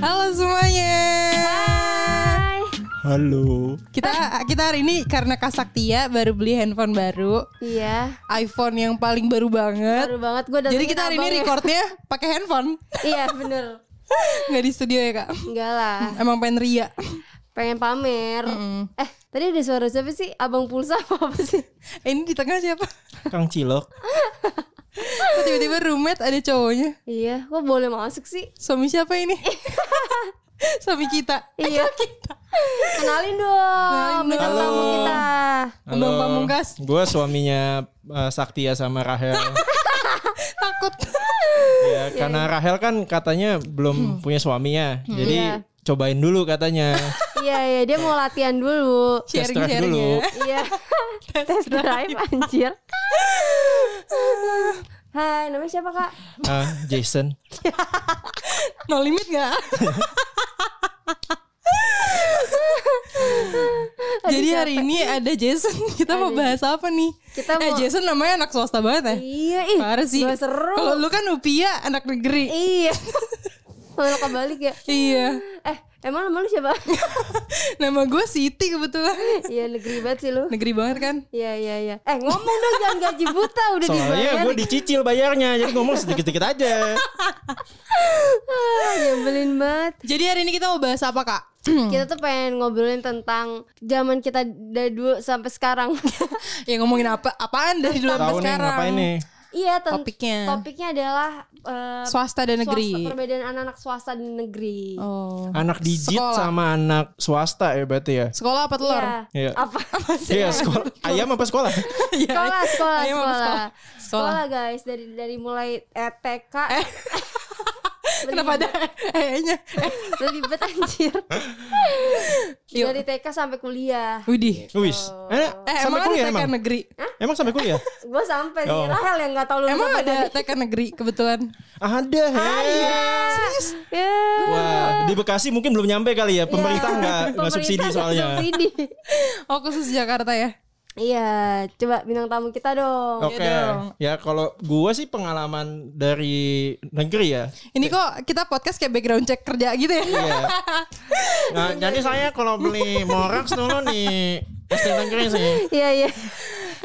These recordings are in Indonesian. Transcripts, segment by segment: Halo semuanya. Hai. Halo. Kita kita hari ini karena Kasaktia baru beli handphone baru, Iya. iPhone yang paling baru banget. Baru banget gue Jadi kita hari ini recordnya pakai handphone, Iya bener. nggak di studio ya kak? Enggak lah. Emang pengen ria. Pengen pamer. Eh tadi ada suara siapa sih? Abang pulsa apa, apa sih? Eh, Ini di tengah siapa? Kang Cilok. Kok tiba-tiba roommate ada cowoknya. Iya. Kok boleh masuk sih? Suami siapa ini? Suami kita. Iya. Kenalin dong. Kenalin bintang dong. tamu kita. Abang Pamungkas. Gue suaminya eh, Saktia sama Rahel. Takut. Iya, ya, karena Rahel kan katanya Hmm. belum punya suaminya. Jadi Iya. cobain dulu katanya. Iya iya dia mau latihan dulu. Test Sharing-sharing drive dulu. ya. Iya. Test drive anjir. Hai, namanya siapa kak? Ah, Jason. No limit nggak? Jadi hari ini ada Jason. Kita mau bahas apa nih? Kita eh mau- Jason namanya anak swasta banget ya. Iya, ih, Parah sih. gak seru. Kalau lu kan Upia anak negeri. Iya. Malah kebalik ya. Iya. Eh, emang nama lu siapa? Nama gue Siti kebetulan. Iya, negeri banget sih lu. Negeri banget kan? Iya, iya, iya. Eh, ngomong dong jangan gaji buta udah dibayar. Soalnya gue dicicil bayarnya. Jadi ngomong sedikit-sedikit aja. Ah, nyebelin banget. Jadi hari ini kita mau bahas apa kak? Kita tuh pengen ngobrolin tentang zaman kita dari dulu sampai sekarang. ya ngomongin apa? Apaan dari dulu sampai Tahu nih sekarang? ngapain nih? iya, ten- Topiknya. Topiknya adalah eh, Swasta dan swasta- negeri. perbedaan anak-anak swasta dan negeri. Oh. Anak digit Sekolah. sama anak swasta ya berarti ya. Sekolah apa telur? Iya. Iya. Apa? Iya, sekolah. Ayam apa sekolah? Iya. Sekolah, sekolah, Ayo, sekolah. mama, sekolah. sekolah. Sekolah. guys dari dari mulai eh, TK. Kenapa ada Eh, eh-nya? Belibet anjir. Yuk. Dari TK sampai kuliah. Widih. Wis. Eh, Eh, sampai emang kuliah ada TK emang? negeri? Emang sampai kuliah? Gue sampai sih Oh. Rahel yang nggak tahu lulus Emang apa ada enggak. TK negeri kebetulan? Ah, iya. Ada. Hei. Serius? Ya. Wah, di Bekasi mungkin belum nyampe kali ya. Pemerintah Ya, nggak nggak pemerintah subsidi nggak soalnya. subsidi. Oh, khusus Jakarta ya? Iya, coba bintang tamu kita dong. Oke. dong. Ya kalau gua sih pengalaman dari negeri ya. Ini kok kita podcast kayak background check kerja gitu ya? Iya. Nah, jadi saya kalau beli Morax dulu nih SD negeri sih. Iya, iya.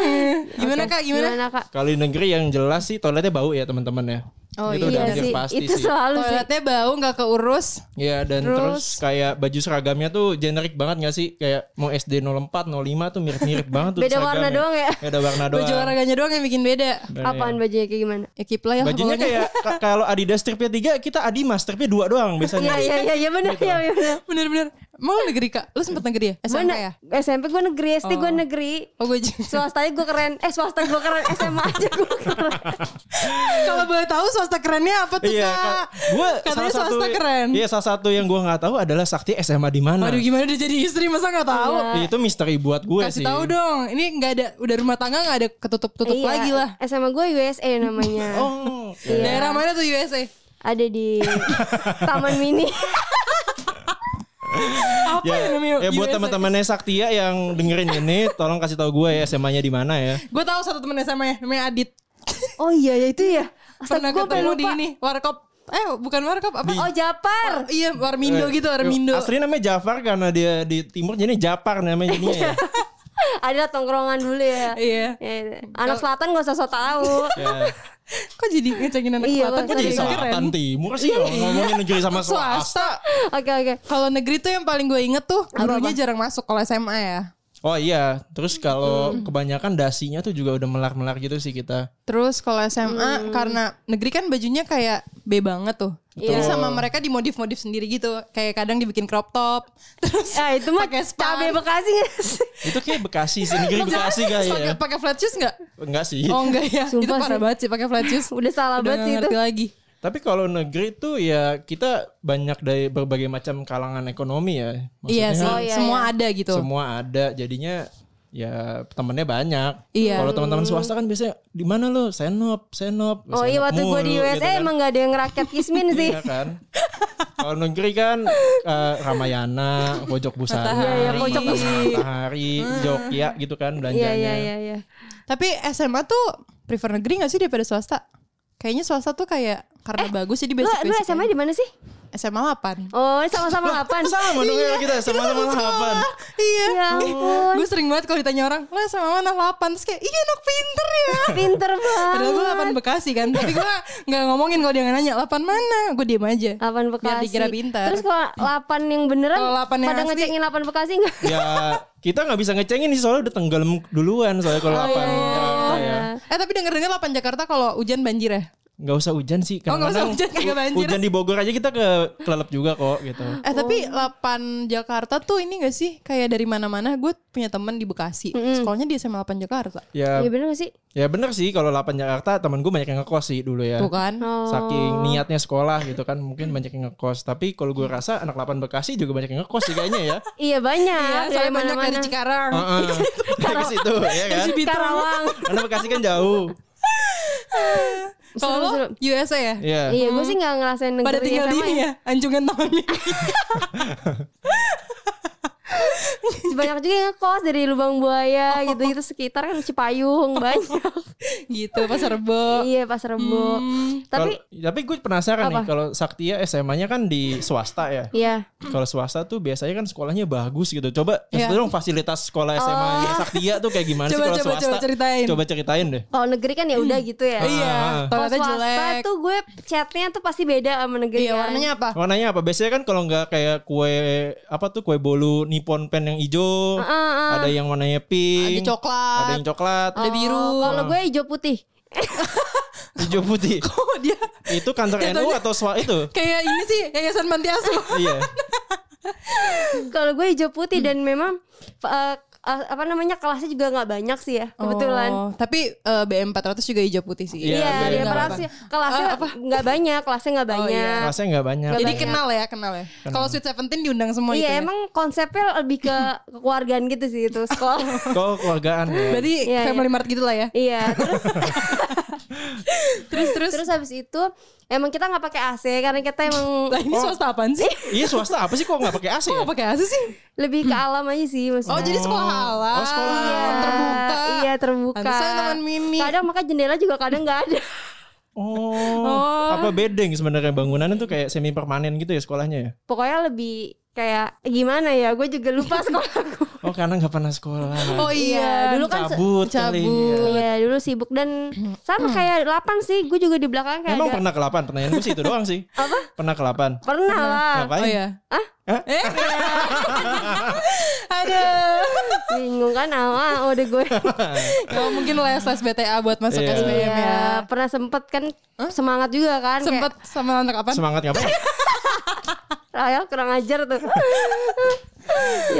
Gimana Kak? Gimana? Gimana, Kak? Kalau di negeri yang jelas sih toiletnya bau ya teman-teman ya. Oh, Itu udah Iya hampir sih, pasti itu sih. selalu sih. Toiletnya bau nggak keurus. Iya dan terus, Terus? kayak baju seragamnya tuh generik banget gak sih? Kayak mau SD 04, 05 tuh mirip-mirip banget tuh Beda warna seragamnya. doang ya? Beda warna doang. Baju olahraganya doang yang bikin beda. Bener, Apaan bajunya kayak gimana? Ya kiplay lah Bajunya pokoknya. kayak ka- kalau Adidas stripnya tiga, kita Adimas stripnya dua doang Iya, biasanya. iya, iya, iya benar, iya benar. Bener-bener. Emang lu negeri Kak? Lu sempet negeri ya? SMP ya? SMP gue negeri, SD gue negeri. Oh gue juga. Swastanya gue keren, eh swasta gue keren, SMA aja gue keren. Kalau boleh tahu swasta kerennya apa tuh Iya, Kak? gue Katanya salah satu swasta keren. Iya, salah satu yang gue nggak tahu adalah Sakti SMA di mana. Waduh gimana udah jadi istri masa nggak tahu? Itu misteri buat gue Kasih Iya. sih. tahu dong. Ini nggak ada udah rumah tangga nggak ada ketutup-tutup Iya, lagi lah. SMA gue USA namanya. Oh, Daerah mana tuh USA? Ada di Taman Mini. Apa ya ya, namanya? ya buat teman-temannya Saktia yang dengerin ini, tolong kasih tahu gue ya SMA-nya di mana ya. Gue tahu satu temen SMA ya, namanya Adit. oh iya, ya itu ya. Pernah Astaga, gue pengen ketemu di lupa. ini warkop. Eh bukan warkop apa? Oh Japar. iya warmindo gitu warmindo. Asli Eh, namanya Jafar karena dia di timur jadi Japar namanya jadinya ya. Ada tongkrongan dulu ya. Iya. Ya, Anak selatan gak usah so tau. ya. Kok jadi ngecengin anak Iya, selatan? kok Kok Jadi jadi keren? Iya. selatan timur sih kalau ngomongin negeri sama swasta. Swasta. Oke oke. Kalau negeri tuh yang paling gue inget tuh gurunya jarang masuk kalau SMA ya. Oh iya, terus kalau Hmm. kebanyakan dasinya tuh juga udah melar-melar gitu sih kita. Terus kalau SMA Hmm. karena negeri kan bajunya kayak B banget tuh. Jadi sama mereka dimodif-modif sendiri gitu. Kayak kadang dibikin crop top. Terus Ah itu mah Pakai span. cabe Bekasi nggak sih? Itu kayak Bekasi sih, negeri Bekasi kali ya. Iya. pakai pakai flat shoes enggak? Enggak sih. Oh enggak ya. itu Sumpah parah sih. banget sih pakai flat shoes. Udah salah Udah banget nggak sih itu. ngerti lagi. Tapi kalau negeri tuh ya kita banyak dari berbagai macam kalangan ekonomi ya. iya Maksudnya sih. Oh, iya, semua iya. ada gitu. semua ada jadinya ya temennya banyak. Iya. Kalau teman-teman swasta kan biasanya di mana lo? Senop, senop. Oh iya senop waktu gue di mulu," USA gitu kan. emang gak ada yang ngerakyat kismin sih. Iya kan. Kalau negeri kan eh, Ramayana, Pojok Busana, Matahari. Iya, iya, Pojok Hmm. Busana. Matahari, Jogja gitu kan Iya belanjanya. iya iya. iya. Tapi SMA tuh prefer negeri gak sih daripada swasta? Kayaknya swasta tuh kayak karena bagus jadi Eh, Lu basic lu basic. SMA di mana sih? SMA 8. Oh, sama-sama 8. Sama dong ya kita sama-sama delapan. Iya. Ya ampun. Gue sering banget kalau ditanya orang, lah SMA mana 8? Terus kayak, iya anak pinter ya. Pinter Padahal gue banget. 8 Bekasi kan. Tapi gue gak ngomongin kalau dia nanya, 8 mana? Gue diem aja. 8 Bekasi. Biar dikira pinter. Terus kalau 8 yang beneran Kalau 8 yang pada asli- ngecengin 8 Bekasi enggak? Ya kita nggak bisa ngecengin sih soalnya udah tenggelam duluan soalnya Oh, kalau iya, delapan. Jakarta ya. Eh tapi denger-denger 8 Jakarta kalau hujan banjir ya? Nggak usah hujan sih. Oh, nggak usah kadang-kadang hujan, kagak hu- banjir. Hujan di Bogor aja kita ke kelelep juga kok gitu. Eh Oh. tapi 8 Jakarta tuh ini gak sih? Kayak dari mana-mana gue punya temen di Bekasi. Sekolahnya di SMA 8 Jakarta. Ya Iya bener gak sih? ya bener sih kalau 8 Jakarta temen gue banyak yang ngekos sih dulu ya. Tuh Ah, kan? Saking niatnya sekolah gitu kan mungkin banyak yang ngekos. Tapi kalau gue rasa anak 8 Bekasi juga banyak yang ngekos sih kayaknya ya. Iya Iya, banyak dari soalnya banyak dari mana-mana. Oh. Cikarang. Heeh. Ke situ ya kan. Karawang. Karena Bekasi kan jauh. Kalau lo Seru-seru. USA ya? Iya. Iya, gue sih gak ngerasain negeri Pada tinggal di sama ini ya. ya, anjungan tangannya. Banyak juga yang ngekos dari Lubang Buaya gitu-gitu sekitar kan Cipayung banyak. gitu, pasar rebo. iya, Pasar Rebo. Hmm. Tapi Kalau- tapi gue penasaran nih kalau Saktia SMA-nya kan di swasta ya. iya, Kalau swasta tuh biasanya kan sekolahnya bagus gitu. Coba kasih dong fasilitas sekolah SMA nya Saktia tuh kayak gimana sih Coba, kalau coba, swasta? coba ceritain. Oh. Coba ceritain deh. kalau negeri kan ya udah gitu ya. Iya, Ah. Kalau toiletnya swasta jelek. tuh gue catnya tuh pasti beda sama negeri. Iya, kan. warnanya apa? Warnanya apa? Biasanya kan kalau nggak kayak kue apa tuh kue bolu nippon pen yang hijau, ada yang warnanya Ada pink, coklat, ada yang coklat, ada biru. Oh, kalau gue hijau putih. hijau putih. Oh, dia itu kantor NU atau swa itu? kayak ini sih, yayasan panti asuh. iya. Kalau gue hijau putih dan Hmm. memang eh, eh, apa namanya kelasnya juga nggak banyak sih ya kebetulan. Oh, tapi eh, BM 400 juga hijau putih sih. Iya, Iya, bener. dia kelasnya kelasnya Eh, nggak banyak, kelasnya Oh, iya. nggak banyak. Rasanya nggak banyak. Jadi banyak. kenal ya, kenal ya. Kalau Sweet Seventeen diundang semua Iya, itu. ya? emang konsepnya lebih ke kekeluargaan gitu sih itu sekolah. Kok keluargaan ya? Berarti Iya, family mart gitu lah ya. iya, terus Terus terus. terus habis itu emang kita nggak pakai AC karena kita emang Lah ini swasta apaan sih? Iya swasta apa sih kok nggak pakai AC? Kok Ya? nggak pakai AC sih? lebih ke alam aja sih maksudnya. Oh, jadi sekolah alam. Oh, sekolah alam. terbuka. Iya terbuka. Pantesan teman Mimi. Kadang maka jendela juga kadang nggak ada. Oh, apa bedeng sebenarnya bangunannya tuh kayak semi permanen gitu ya sekolahnya ya? Pokoknya lebih kayak gimana ya? Gue juga lupa sekolahku. Oh karena nggak pernah sekolah. Oh iya, dulu kan se- cabut, kali. cabut. Iya dulu sibuk dan sama Hmm. kayak 8 sih gue juga di belakang kayak Emang ada pernah ke lapan? Pertanyaan gue sih itu doang sih. Apa? Pernah ke lapan? pernah lah Ngapain? Oh iya. ah Eh? Aduh. bingung kan awal udah gue Oh, mungkin les les BTA buat masuk Iya. SBM ya. ya pernah sempet kan semangat juga kan Sempet sama anak kapan? Semangat ngapain? kayak Rahel kurang ajar tuh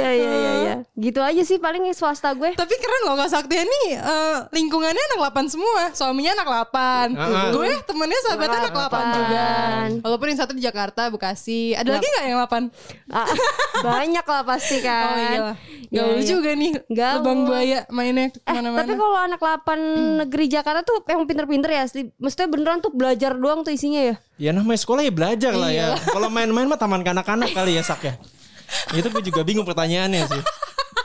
ya ya ya ya gitu aja sih paling swasta gue Tapi keren loh Kak Saktia nih eh, lingkungannya anak 8 semua. Suaminya anak 8. Heeh. Gue temennya sahabatnya anak 8 juga. Walaupun yang satu di Jakarta, Bekasi. Ada lagi nggak yang 8? Ah, banyak lah pasti kan Oh iya lah. Iya, Gaul iya. juga nih. Gaul. Lubang buaya mainnya Eh, kemana-mana. Hmm. tapi kalau anak 8 negeri Jakarta tuh yang pinter-pinter ya asli. Maksudnya beneran tuh belajar doang tuh isinya ya. ya namanya sekolah ya belajar lah ya. Iya. Kalau main-main mah taman kanak-kanak kali ya sak ya. Itu gue juga bingung pertanyaannya sih.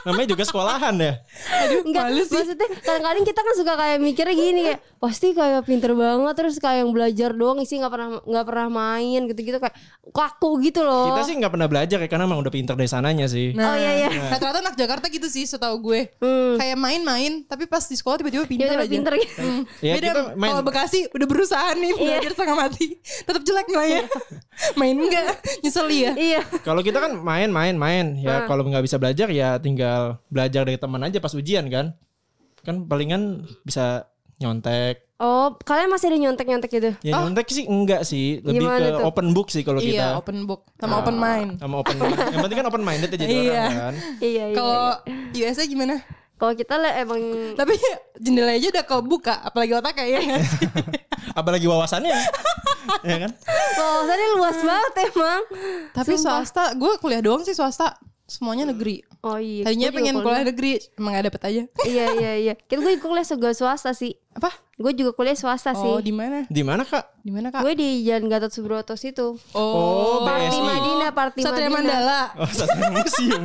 Namanya juga sekolahan ya. Enggak, Malu sih. maksudnya kadang-kadang kita kan suka kayak mikirnya gini kayak pasti kayak pinter banget terus kayak yang belajar doang isi nggak pernah nggak pernah main gitu-gitu kayak kaku gitu loh. Kita sih nggak pernah belajar ya karena emang udah pinter dari sananya sih. Oh. Nah, Oh, iya, iya. Rata-rata anak Jakarta gitu sih setahu gue. Hmm. Kayak main-main, tapi pas di sekolah tiba-tiba pintar Tiba-tiba aja. pinter Iya. gitu. Hmm. Ya, Beda kita main- kalau Bekasi udah berusaha nih belajar setengah mati, tetap jelek nilainya. main enggak, nyesel ya. iya. Kalau kita kan main main main Ah. ya kalau nggak bisa belajar ya tinggal belajar dari teman aja pas ujian kan. Kan palingan bisa nyontek. Oh, kalian masih ada nyontek-nyontek gitu. Ya nyontek sih enggak sih, lebih Gimana ke tuh? open book sih kalau Oh. Iya, kita. Ah. open book sama open mind. Sama open mind. Yang penting kan open minded aja jadi Iya. orang kan. Iya, iya. Kalau USA gimana? Kalau kita lah emang Tapi jendela aja udah kebuka, apalagi otak ya nggak sih? Apalagi wawasannya. ya kan? wawasannya luas banget emang. Tapi swasta, gue kuliah doang sih swasta. Semuanya negeri. Oh iya. Tadinya Gua juga pengen kuliah negeri, emang gak dapet aja. iya, iya, iya. Kita gue kuliah juga swasta sih. Apa? Gue juga kuliah swasta Oh, Iya di sih. mana? Di mana, Kak? Di mana, Kak? Gue di Jalan Gatot Subroto situ. Oh, BSI. Madinah, Parti Satria Madinah. Mandala. Oh, satu museum.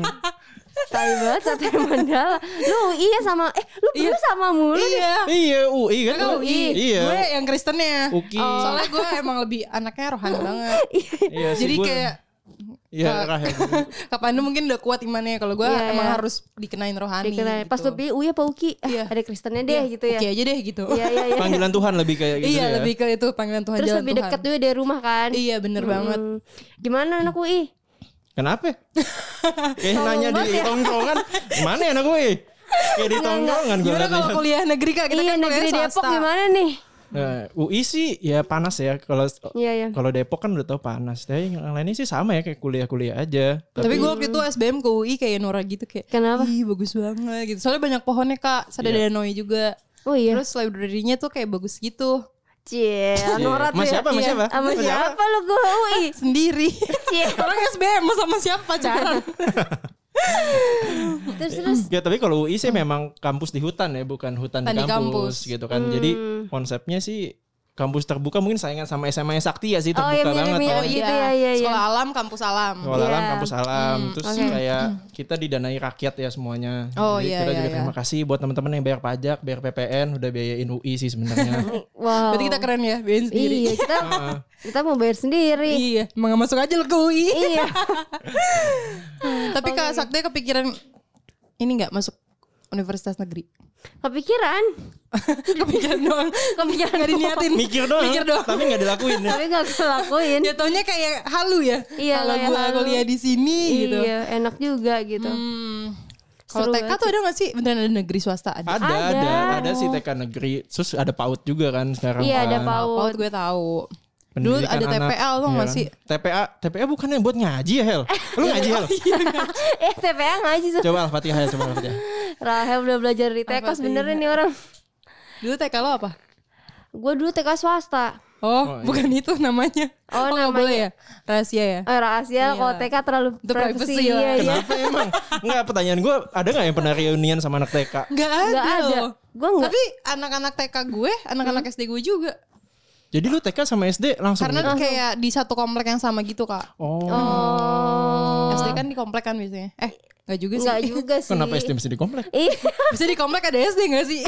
Tai banget sate mandala. Lu iya sama eh lu berdua sama mulu. nih. Iya. Iya UI kan? Kan UI. Iya. Gue Oh. yang Kristennya. Uki. Soalnya gue emang lebih anaknya rohani banget. Iya sih, Jadi gua- kayak Iya Kak- Rahel. Kapan mungkin udah kuat imannya kalau gue Iya, emang iya. harus dikenain rohani. Dikenal gitu. pas lu pilih Uya apa Uki? Ah, Iya. Ada Kristennya deh gitu ya. Oke aja deh gitu. Iya iya iya. Panggilan Tuhan lebih kayak gitu iya ya. lebih ke itu panggilan Tuhan Terus jalan lebih Tuhan. deket juga dari rumah kan. Iya bener banget. Hmm. Gimana anak UI? Kenapa? Kayak nanya di ya. tongkrongan. Mana anak gue? Kayak di tongkrongan gue Gimana kalau lihat. kuliah negeri kak? Kita iya kan negeri kuliah Depok swasta. gimana nih? Nah, UI sih ya panas ya kalau Iya iya. kalau Depok kan udah tau panas. Tapi yang lainnya sih sama ya kayak kuliah-kuliah aja. Tapi gue waktu itu SBM ke UI kayak Nora gitu kayak. Kenapa? Ih bagus banget gitu. Soalnya banyak pohonnya kak. Iya. Sadadanoi juga. Oh iya. Terus library-nya tuh kayak bagus gitu. Cie, Nora tuh Mas ya. siapa, mas Iya. siapa? Sama Mas siapa? siapa lu Oh, iya, ke UI? Sendiri. Cie. Orang SBM mau sama siapa pacaran? Terus terus Ya tapi kalau UI sih memang kampus di hutan ya, bukan hutan di Hmm. Hutan di kampus, kampus. Hmm. gitu kan. Jadi konsepnya sih kampus terbuka mungkin saingan sama SMA yang Sakti ya sih Oh, terbuka iya, ya, banget. mirip-mirip kan. gitu. ya, iya, iya. Sekolah alam, kampus alam. Sekolah Iya. alam, kampus alam, Hmm. terus oke. kayak kita didanai rakyat ya semuanya. Oh, Jadi iya, kita iya, juga iya. terima kasih buat teman-teman yang bayar pajak, bayar PPN, udah biayain UI sih sebenarnya. wow. Berarti kita keren ya, biayain sendiri. Iya, kita Heeh. kita mau bayar sendiri. Iya, emang nggak masuk aja lo ke UI. Iya. Oh, Tapi Kak Sakti kepikiran ini nggak masuk universitas negeri. Kepikiran. kepikiran doang. Kepikiran Gak diniatin. Mikir doang, Mikir doang. tapi nggak dilakuin. ya. Tapi gak kelakuin. Jatuhnya kayak halu ya. Iya, Kalau kayak gua halu. kuliah di sini gitu. Iya, enak juga gitu. Hmm. Kalau Seru TK banget tuh ada gak sih? Beneran ada negeri swasta ada. Ada, ada, Ada. ada, sih TK negeri. Terus ada PAUD juga kan sekarang. Iya, kan. ada Oh, PAUD. gue tahu. Dulu Pendidikan ada anak. TPL tuh Iya. nggak sih? TPA, TPA bukan yang buat ngaji ya Hel? Lu ngaji Hel? Eh, TPA ngaji tuh. Coba Al-Fatihah ya, coba Al-Fatihah. Iya. Rahel udah belajar di TK sebenernya nih orang. Dulu TK lo apa? Gue dulu TK swasta. Oh, bukan itu namanya. Oh, nggak namanya. boleh ya? Rahasia ya? Eh, rahasia kalau TK terlalu Itu privacy lah. privacy, iya, iya. Kenapa emang? Enggak, pertanyaan gue ada nggak yang pernah reunian sama anak TK? Gak ada. Nggak ada. loh. Gua nggak- Hmm? Tapi anak-anak TK gue, anak-anak SD gue juga. Jadi lu TK sama SD langsung? Karena Hmm. gitu? kayak di satu komplek yang sama gitu kak. oh, Oh. SD kan di komplek kan biasanya. Eh nggak juga sih. Enggak juga sih. kenapa SD mesti di komplek? Iya, Bisa di komplek ada SD nggak sih?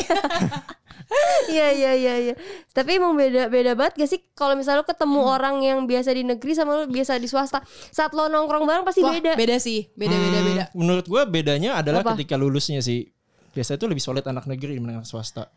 iya, iya, iya, iya. Tapi emang beda beda banget gak sih kalau misalnya lu ketemu orang yang biasa di negeri sama lu biasa di swasta. Saat lo nongkrong bareng pasti Wah beda. beda sih. Beda beda Hmm, beda. Menurut gue bedanya adalah Apa? ketika lulusnya sih. Biasanya tuh lebih solid anak negeri dibanding anak swasta.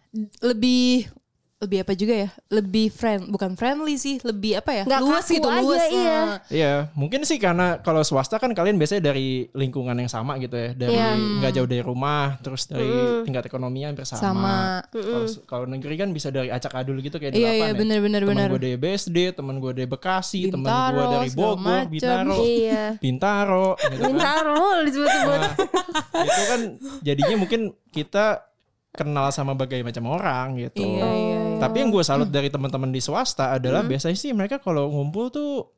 Lebih lebih apa juga ya? Lebih friend bukan friendly sih. Lebih apa ya? Nggak luas kaku gitu aja, luas. iya. Nah, Iya, mungkin sih karena kalau swasta kan kalian biasanya dari lingkungan yang sama gitu ya, dari Iya. nggak jauh dari rumah, terus dari tingkat ekonominya hampir sama. Sama. Kalau kalau negeri kan bisa dari acak adul gitu kayak di Iya, lapangan iya, ya. bener, bener, Temen bener. gue dari BSD, temen gue dari Bekasi, temen gue Bintaro, dari segala Bogor, macem. Bintaro, Iya. Bintaro. gitu kan. Bintaro lu disebut-sebut. Nah, itu kan jadinya mungkin kita kenal sama berbagai macam orang gitu. Iya, iya, iya. Hmm. Tapi yang gue salut dari teman-teman di swasta adalah biasanya sih mereka kalau ngumpul tuh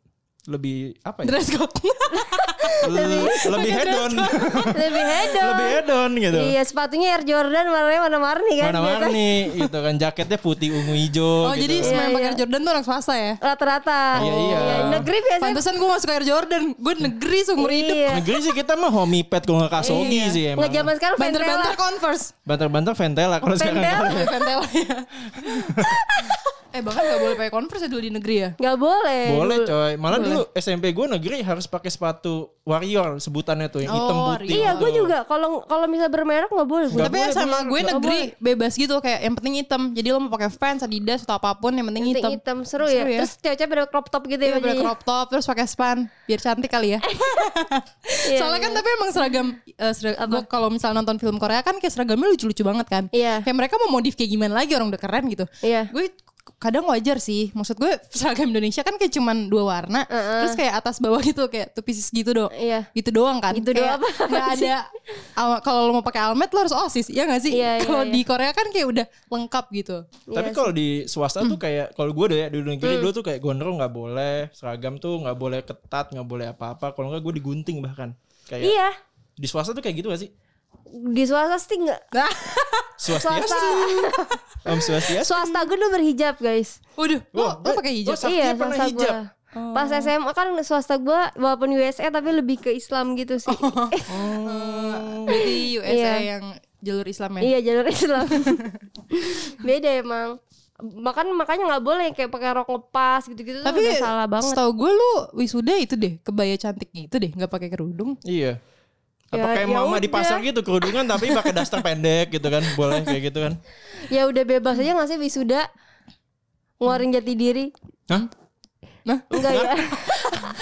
lebih apa ya? Dress code. lebih, lebih head on Lebih head on. lebih head on gitu Iya, sepatunya Air Jordan warnanya warna-warni kan. mana biasa. warni gitu kan jaketnya putih ungu Iya, hijau Oh, gitu. jadi semua yang Iya, pakai iya. Jordan tuh anak swasta ya? Rata-rata. Iya, iya. Negeri biasanya Pantesan gue masuk Air Jordan. Gue negeri seumur hidup. Iya. negeri sih kita mah homipet kalau nggak kasogi Iya. sih Nggak emang zaman sekarang Banter-banter Ventela. Converse. banter-banter ventela kalau sekarang Ventela. Pakai Ventela ya. eh bahkan gak boleh pakai Converse ya dulu di negeri ya. Gak Eh, boleh. boleh coy malah dulu SMP gue negeri harus pakai sepatu warrior sebutannya tuh yang hitam Oh, putih Iya, gue gitu. juga. Kalau kalau misalnya bermerek nggak boleh. Gua. Tapi ya boleh, sama bener. gue Nggak negeri bebas gitu kayak yang penting hitam. Jadi lo mau pakai Vans, Adidas atau apapun yang penting hitam. Hitam. hitam seru, ya. Seru ya. Terus cewek-cewek pada crop top gitu ya. Iya, pakai bajunya. crop top terus pakai span biar cantik kali ya. Iya, Soalnya kan tapi emang seragam, eh, serag- gua kalau misalnya nonton film Korea kan kayak seragamnya lucu-lucu banget kan. Iya. Kayak mereka mau modif kayak gimana lagi orang udah keren gitu. Iya. Gue kadang wajar sih. Maksud gue seragam Indonesia kan kayak cuman dua warna, terus kayak atas bawah gitu kayak two pieces gitu dong. Iya. Gitu doang kan. Gitu doang Kayak apa- nggak ada al- kalau lo mau pakai almet lo harus osis, ya gak sih? Iya, iya, kalau iya. di Korea kan kayak udah lengkap gitu. Tapi kalau di swasta Hmm. tuh kayak kalau gue deh ya di negeri dulu tuh kayak gondrong nggak boleh, seragam tuh nggak boleh ketat, nggak boleh apa-apa. Kalau nggak gue digunting bahkan. Kayak Iya. di swasta tuh kayak gitu gak sih? Di swasta sih nggak. Nah, Swasta, Swasta. om swasta. swasta gue dulu berhijab guys. Waduh, lo, lo pakai hijab. Sakti Iya, pernah swasta hijab. gua. Pas Oh. SMA kan swasta gue walaupun USA tapi lebih ke Islam gitu sih. Oh, berarti USA Iya. yang jalur Islam ya? Iya jalur Islam. Beda emang. Makan makanya nggak boleh kayak pakai rok lepas gitu-gitu Tapi tuh udah salah banget. Setahu gue lu wisuda itu deh, kebaya cantik gitu deh, nggak pakai kerudung. Iya. Apa Ya, kayak ya mama di udah. pasar gitu kerudungan tapi pakai daster pendek gitu kan. Boleh kayak gitu kan. Ya udah bebas aja nggak sih wisuda ngeluarin jati diri. Hah? Nah, Enggak ya.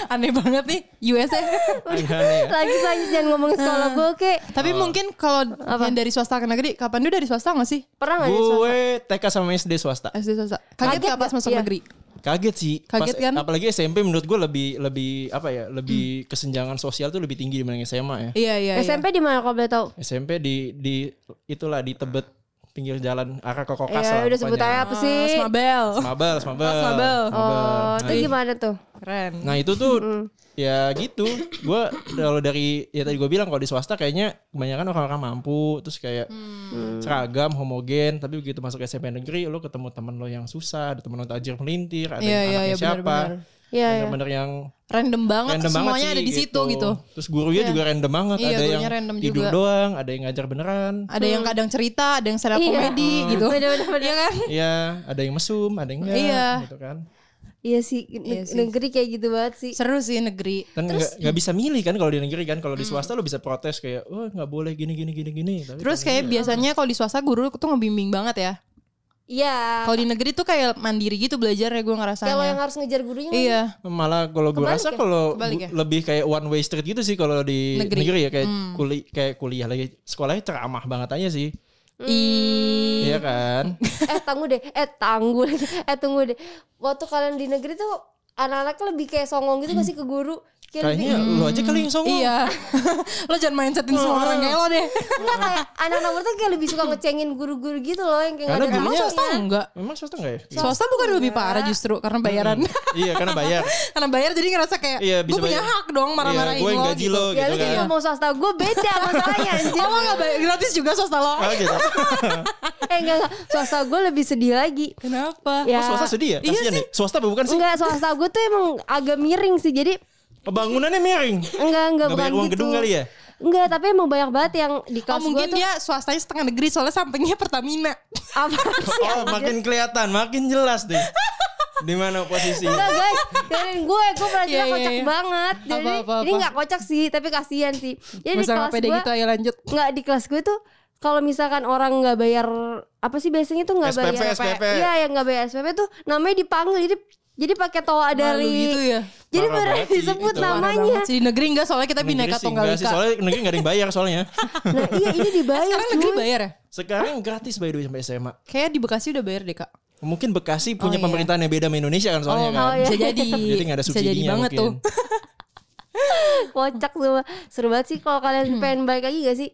aneh banget nih USA. Iya nih ya. lanjut lanjut jangan ngomongin sekolah gue oke. Tapi Oh. mungkin kalau yang dari swasta ke negeri, kapan lu dari swasta nggak sih? Pernah nggak sih? Iya, Gue TK sama SD swasta. SD swasta. Kaget, Kaget nggak pas nggak? masuk Iya. negeri? Kaget sih. Kaget kan? Apalagi SMP menurut gue lebih lebih apa ya? Lebih kesenjangan sosial tuh lebih tinggi dibanding SMA ya. Iya iya. iya. SMP di mana kalau boleh tahu? SMP di di itulah di Tebet pinggir jalan arah ke Kokas Ya lah udah sebut pokoknya. aja apa Ah, Iya. sih? Smabel. Mabel, Mabel. Mabel. Oh, itu gimana tuh? Keren. Nah itu tuh ya gitu. Gue kalau dari ya tadi gue bilang kalau di swasta kayaknya kebanyakan orang-orang mampu, terus kayak Hmm. seragam, homogen. Tapi begitu masuk SMP negeri, lo ketemu temen lo yang susah, ada temen lo tajir melintir, ada Iya, yang iya, anaknya iya, siapa, benar-benar. Iya, iya. bener-bener yang Random banget random banget semuanya sih, ada di situ gitu. Terus gurunya juga random banget, Iya, ada yang gurunya random tidur juga. doang, ada yang ngajar beneran. Ada yang kadang cerita, ada yang stand up Hmm. Iya. comedy Hmm. gitu. Bener-bener, bener. Iya kan? Iya, ada yang mesum, ada yang enggak, Iya. gitu kan. Iya sih, Iya sih. negeri kayak gitu banget sih. Seru sih negeri. Dan nggak nggak bisa milih kan kalau di negeri kan, kalau di swasta lo bisa protes kayak, oh nggak boleh gini gini gini gini. Tapi Hmm. Terus kayak biasanya kalau di swasta guru tuh ngebimbing banget ya. Iya. Kalau di negeri tuh kayak mandiri gitu belajarnya gue ngerasanya. Kalau yang harus ngejar gurunya kan Iya. malah kalau gue rasa kalau Kebalik ya? bu- lebih kayak one way street gitu sih kalau di Negeri. Hmm. negeri, ya kayak kuli kayak kuliah lagi sekolahnya ceramah banget aja sih. Hmm. I Iya kan? eh tangguh deh eh tangguh lagi. eh tunggu deh waktu kalian di negeri tuh anak-anaknya lebih kayak songong gitu gak sih ke guru kayak lebih Kayaknya lu aja kali yang songong. Iya. lo jangan mindsetin semua orang Hmm. kayak lo deh. enggak kayak anak-anak mereka kayak lebih suka ngecengin guru-guru gitu loh yang kayak Karena nggak ada Emang gurunya- swasta enggak? Memang swasta enggak ya? Swasta bukan lebih parah justru karena bayaran. Hmm. iya, karena bayar. karena bayar jadi ngerasa kayak Iya, gue bisa punya bayar. hak dong marah-marahin Iya, gue yang lo gaji gitu. lo ya lu gitu juga kan. mau swasta gue beda masalahnya anjir Oh lo gak bayar gratis juga swasta lo? Ah, gitu. eh enggak enggak swasta gue lebih sedih lagi Kenapa? ya Oh, swasta sedih ya? Iya Kasihan sih. nih. Swasta apa bukan sih? enggak swasta gue tuh emang agak miring sih jadi Bangunannya miring. enggak enggak Nggak bukan bayar uang gitu gedung kali ya? enggak tapi emang banyak banget yang di Oh kelas gue mungkin tuh dia swastanya setengah negeri soalnya sampingnya Pertamina. apa sih Oh, makin kelihatan, makin jelas deh. Di mana posisi? Enggak guys, dengerin gue, gue pernah Iya, cerita iya, kocak iya. banget. Apa, Jadi apa, ini apa. nggak kocak sih, tapi kasihan sih. Jadi Iya, di Masa kelas nggak pede gue, gitu ayo lanjut. nggak di kelas gue tuh kalau misalkan orang nggak bayar apa sih biasanya tuh nggak SPP, bayar SPP. Iya, yang nggak bayar SPP tuh namanya dipanggil jadi jadi pakai toa dari Malu gitu ya. Jadi Parah beneran banget sih disebut itu. Parah namanya. banget sih di negeri enggak soalnya kita bineka Negeri sih tunggal enggak sih, ika. soalnya negeri gak ada yang bayar soalnya. Nah, iya ini dibayar. Sekarang negeri cuy. bayar ya? Sekarang gratis by the way sampai SMA. Kayak di Bekasi udah bayar deh kak. Mungkin Bekasi punya iya. pemerintahan yang beda sama Indonesia kan soalnya kan. oh, iya. Bisa jadi. Jadi gak ada Bisa jadi subsidinya banget mungkin. tuh. Kocak semua. Seru banget sih kalau kalian pengen balik lagi gak sih?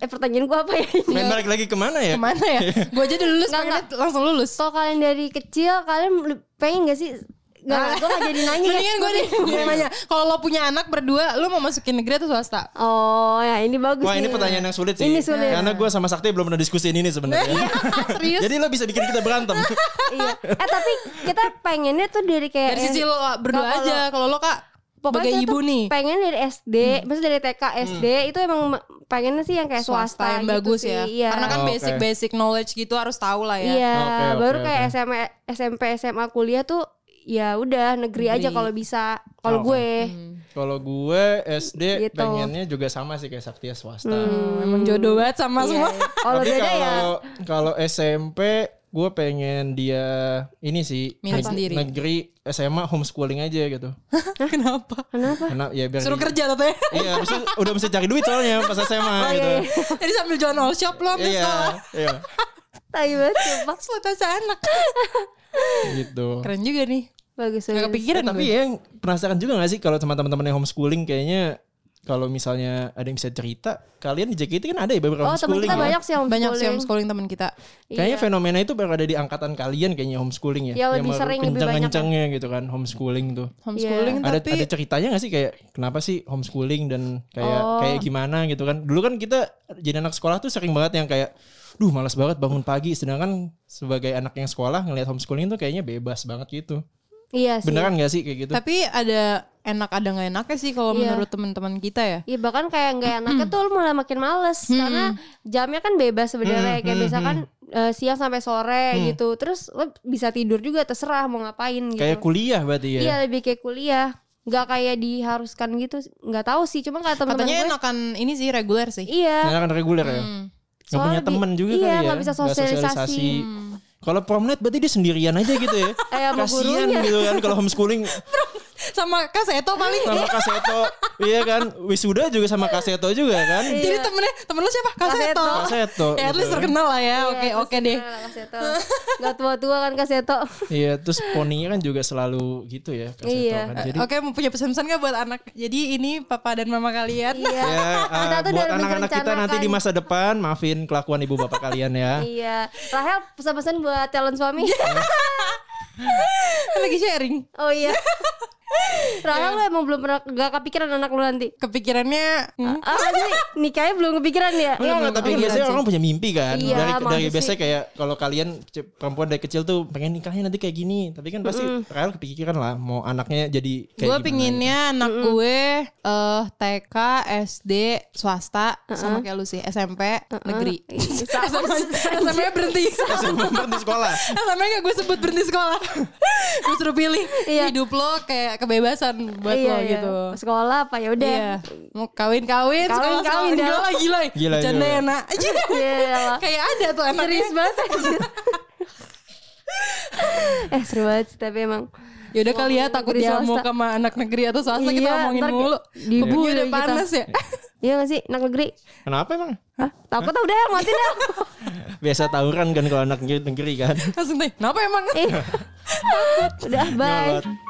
Eh pertanyaan gue apa ya? Main balik lagi kemana ya? Kemana ya? Gue aja udah lulus Nggak, pengennya langsung lulus. Kalau kalian dari kecil kalian le- pengen gak sih? Ah. Gak, gue gak jadi nanya. ya. Mendingan gue nih gue yang nanya. Kalau lo punya anak berdua, lo mau masukin negeri atau swasta? Oh ya ini bagus Wah ini nih. pertanyaan yang sulit sih. Ini sulit. Karena gue sama Sakti belum pernah diskusiin ini sebenarnya. Serius? Jadi lo bisa bikin kita berantem. iya. Eh tapi kita pengennya tuh dari kayak Dari sisi lo berdua Kalau- aja. Kalau lo kak, sebagai kita ibu tuh nih. Hmm. pengen dari SD, maksudnya dari TK SD itu emang me- pengennya sih yang kayak swasta, Swasta yang gitu bagus sih. ya. Iya. Karena kan Oh, oke. basic-basic knowledge gitu harus tahu lah ya. Iya, Oke, oke, baru kayak E, oke. SMA SMP SMA kuliah tuh ya udah negeri, aja Negeri. Hmm. kalau bisa. Kalau Oh, gue Kalau gue SD Gitu. pengennya juga sama sih kayak Sakti ya, swasta. Hmm, Emang jodoh banget sama Iya, semua. iya. Kalau Tapi beda ya. kalau kalau SMP gue pengen dia ini sih Milih neg- sendiri. negeri SMA homeschooling aja gitu. Kenapa? Kenapa? Karena ya biar Suruh dia- kerja tante ya. Iya, habis itu udah mesti cari duit soalnya pas SMA Oh, iya, gitu. Jadi sambil jualan all shop lo ambil Iya, sekolah. iya, Tai banget sumpah. Eksploitasi anak. Oh. gitu. Keren juga nih. Bagus. Gak bagus. kepikiran Tapi gue. ya penasaran juga gak sih kalau sama teman-teman yang homeschooling kayaknya kalau misalnya ada yang bisa cerita, kalian di JKT kan ada ya beberapa Oh, teman homeschooling kita ya. banyak sih yang Banyak sih homeschooling Iya. teman kita. Kayaknya fenomena itu baru ada di angkatan kalian kayaknya homeschooling ya. Ya, lebih baru sering, lebih banyak kan. kenceng-kencengnya gitu kan homeschooling tuh. Homeschooling Ada tapi ada ceritanya gak sih kayak kenapa sih homeschooling dan kayak Oh. kayak gimana gitu kan. Dulu kan kita jadi anak sekolah tuh sering banget yang kayak duh malas banget bangun pagi sedangkan sebagai anak yang sekolah ngelihat homeschooling tuh kayaknya bebas banget gitu. Iya sih. Beneran gak sih kayak gitu? Tapi ada enak ada nggak enaknya sih kalau Iya. menurut teman-teman kita ya. Iya bahkan kayak nggak enaknya Hmm. tuh lu malah makin males karena jamnya kan bebas Hmm, sebenarnya kayak misalkan eh, siang sampai sore gitu terus lu bisa tidur juga terserah mau ngapain gitu. Kayak kuliah berarti ya. Iya lebih kayak kuliah nggak kayak diharuskan gitu nggak tahu sih cuma kata teman-teman Katanya gue enakan ini sih reguler sih. iya Karena kan reguler ya. Gak Soalnya punya di- teman juga iya, kali ya. nggak bisa sosialisasi. Kalau prom night berarti dia sendirian aja gitu ya. Eh, sama Kasian gurunya. gitu kan kalau homeschooling Sama Kak Seto paling. sama Kaseto. iya kan? Wisuda juga sama Kaseto juga kan? Jadi temennya, temen lu siapa? Kak Iya. Kak Seto. Seto. Kak Seto, Ya at gitu. least terkenal lah ya. Iya, Oke, terus oke deh. terkenal Kak Seto. nggak tua-tua kan Kak Seto Iya, terus poninya kan juga selalu gitu ya Kaseto Iya. kan. Jadi Oke, mau punya pesan-pesan gak buat anak? Jadi ini papa dan mama kalian. iya ya eh, Kita tuh buat udah anak-anak kita nanti di merencanakan. masa depan maafin kelakuan ibu bapak kalian ya. iya Rahel pesan-pesan buat calon suami Iya. Lagi sharing. oh iya Iya. Rahel lu emang belum pernah gak kepikiran anak lu nanti Kepikirannya hmm, Ah, jadi nikahnya belum kepikiran ya? Enggak, enggak, tapi biasanya orang punya mimpi kan. Iya, dari maksud dari sih. biasanya kayak kalau kalian kece- perempuan dari kecil tuh pengen nikahnya nanti kayak gini. Tapi kan pasti Rael kepikiran lah mau anaknya jadi gue kayak gimana. gitu? pinginnya anak gue eh TK, SD, swasta sama kayak lu sih SMP negeri. Sama- SMP -nya berhenti. Terus perempuan di sekolah. SMP gak gue sebut berhenti sekolah. gue suruh pilih Iya. hidup lo kayak kebebasan buat iya, lo iya. gitu. Sekolah apa ya udah. Iya, mau kawin-kawin, Kawin-kawin sekolah-sekolah dah. gila gila. Gila, Bercanda gila. ya, nak. Iya, lah. Kayak ada tuh anaknya. Serius banget anjir. Eh seru banget sih tapi emang Yaudah kali ya Ngomongin takut negeri dia mau swasta. sama anak negeri atau swasta kita Iya, ngomongin ntar mulu. dibully Kupingnya udah kita. panas ya. Iya gak sih anak negeri Kenapa emang? Hah? Takut tau udah mati dah Biasa tawuran kan kalau anak negeri kan. Langsung deh, kenapa emang? Iya. Eh. Takut Udah bye Nyolot.